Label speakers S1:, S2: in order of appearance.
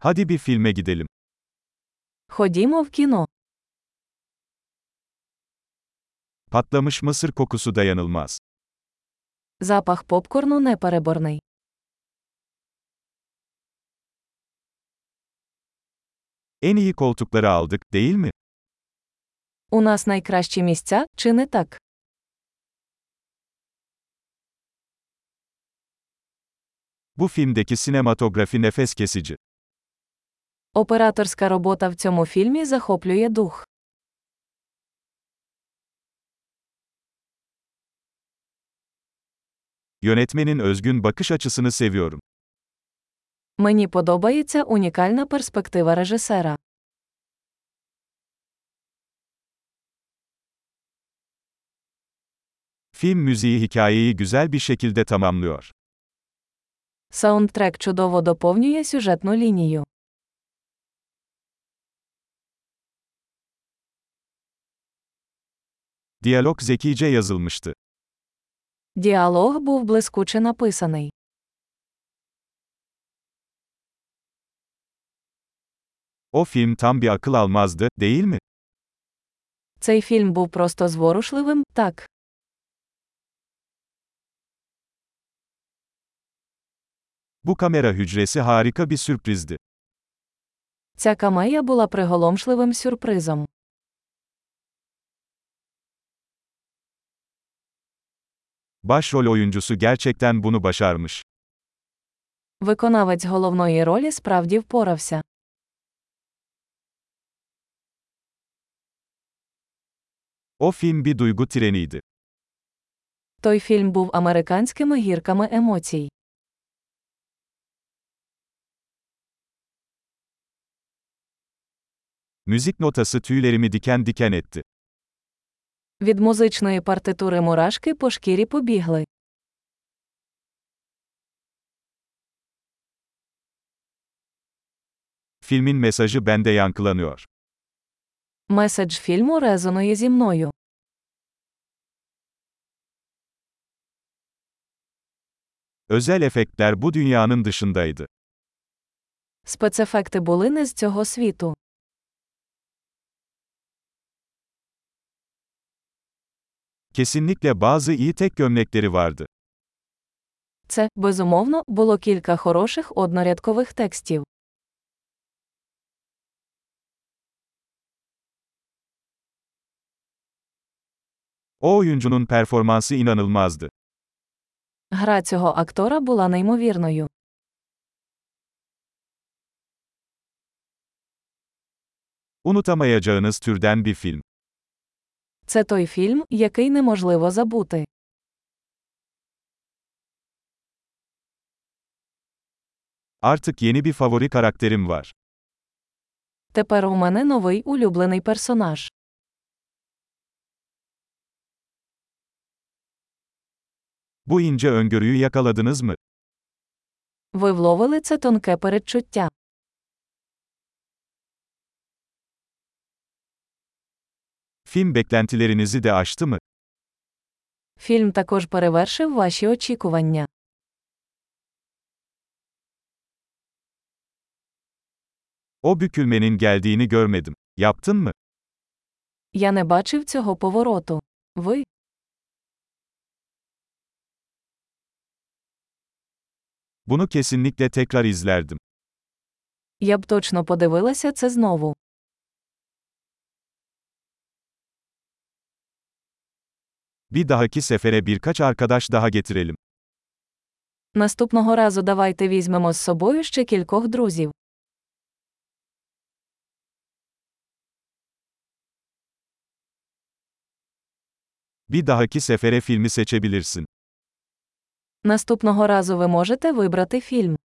S1: Hadi bir filme gidelim.
S2: Ходімо в кіно.
S1: Patlamış mısır kokusu dayanılmaz.
S2: Запах попкорну непереборний.
S1: En iyi koltukları aldık, değil mi?
S2: У нас найкращі місця, чи не так?
S1: Bu filmdeki sinematografi nefes kesici.
S2: Операторська робота в цьому фільмі захоплює дух.
S1: Yönetmenin özgün bakış açısını seviyorum.
S2: Мені подобається унікальна перспектива режисера.
S1: Film müziği hikayeyi güzel bir şekilde tamamlıyor.
S2: Саундтрек чудово доповнює сюжетну лінію.
S1: Diyalog zekice yazılmıştı.
S2: Діалог був блискуче написаний.
S1: O film tam bir akıl almazdı, değil mi?
S2: Цей фільм був просто зворушливим, так.
S1: Bu kamera hücresi harika bir sürprizdi.
S2: Ця камея була приголомшливим сюрпризом.
S1: Başrol oyuncusu gerçekten bunu başarmış.
S2: Виконавець головної ролі справді впорався.
S1: O film bir duygu treniydi.
S2: Той фільм був американськими гірками емоцій.
S1: Müzik notası tüylerimi diken diken etti.
S2: Від музичної партитури мурашки по шкірі побігли.
S1: Filmin mesajı bende yankılanıyor.
S2: Меседж фільму резонує зі мною.
S1: Özel efektler bu dünyanın dışındaydı.
S2: Спецефекти були не з цього світу.
S1: Kesinlikle bazı iyi tek gömlekleri vardı.
S2: Це, безумовно, було кілька хороших однорядкових текстів.
S1: O oyuncunun performansı inanılmazdı.
S2: Гра цього актора була неймовірною.
S1: Unutamayacağınız türden bir film.
S2: Це той фільм, який неможливо забути.
S1: Artık yeni bir favori karakterim var.
S2: Тепер у мене новий улюблений персонаж.
S1: Bu ince öngörüyü yakaladınız mı?
S2: Ви вловили це тонке передчуття.
S1: Film beklentilerinizi de aştı mı?
S2: Фільм також перевершив ваші очікування.
S1: O bükülmenin geldiğini görmedim. Yaptın mı?
S2: Я не бачив цього повороту. Ви
S1: Bunu kesinlikle tekrar izlerdim.
S2: я б точно подивилася це знову.
S1: Bir dahaki sefere birkaç arkadaş daha getirelim.
S2: Наступного разу давайте візьмемо з собою ще кількох друзів.
S1: Bir dahaki sefere filmi seçebilirsin.
S2: Наступного разу ви можете вибрати фільм.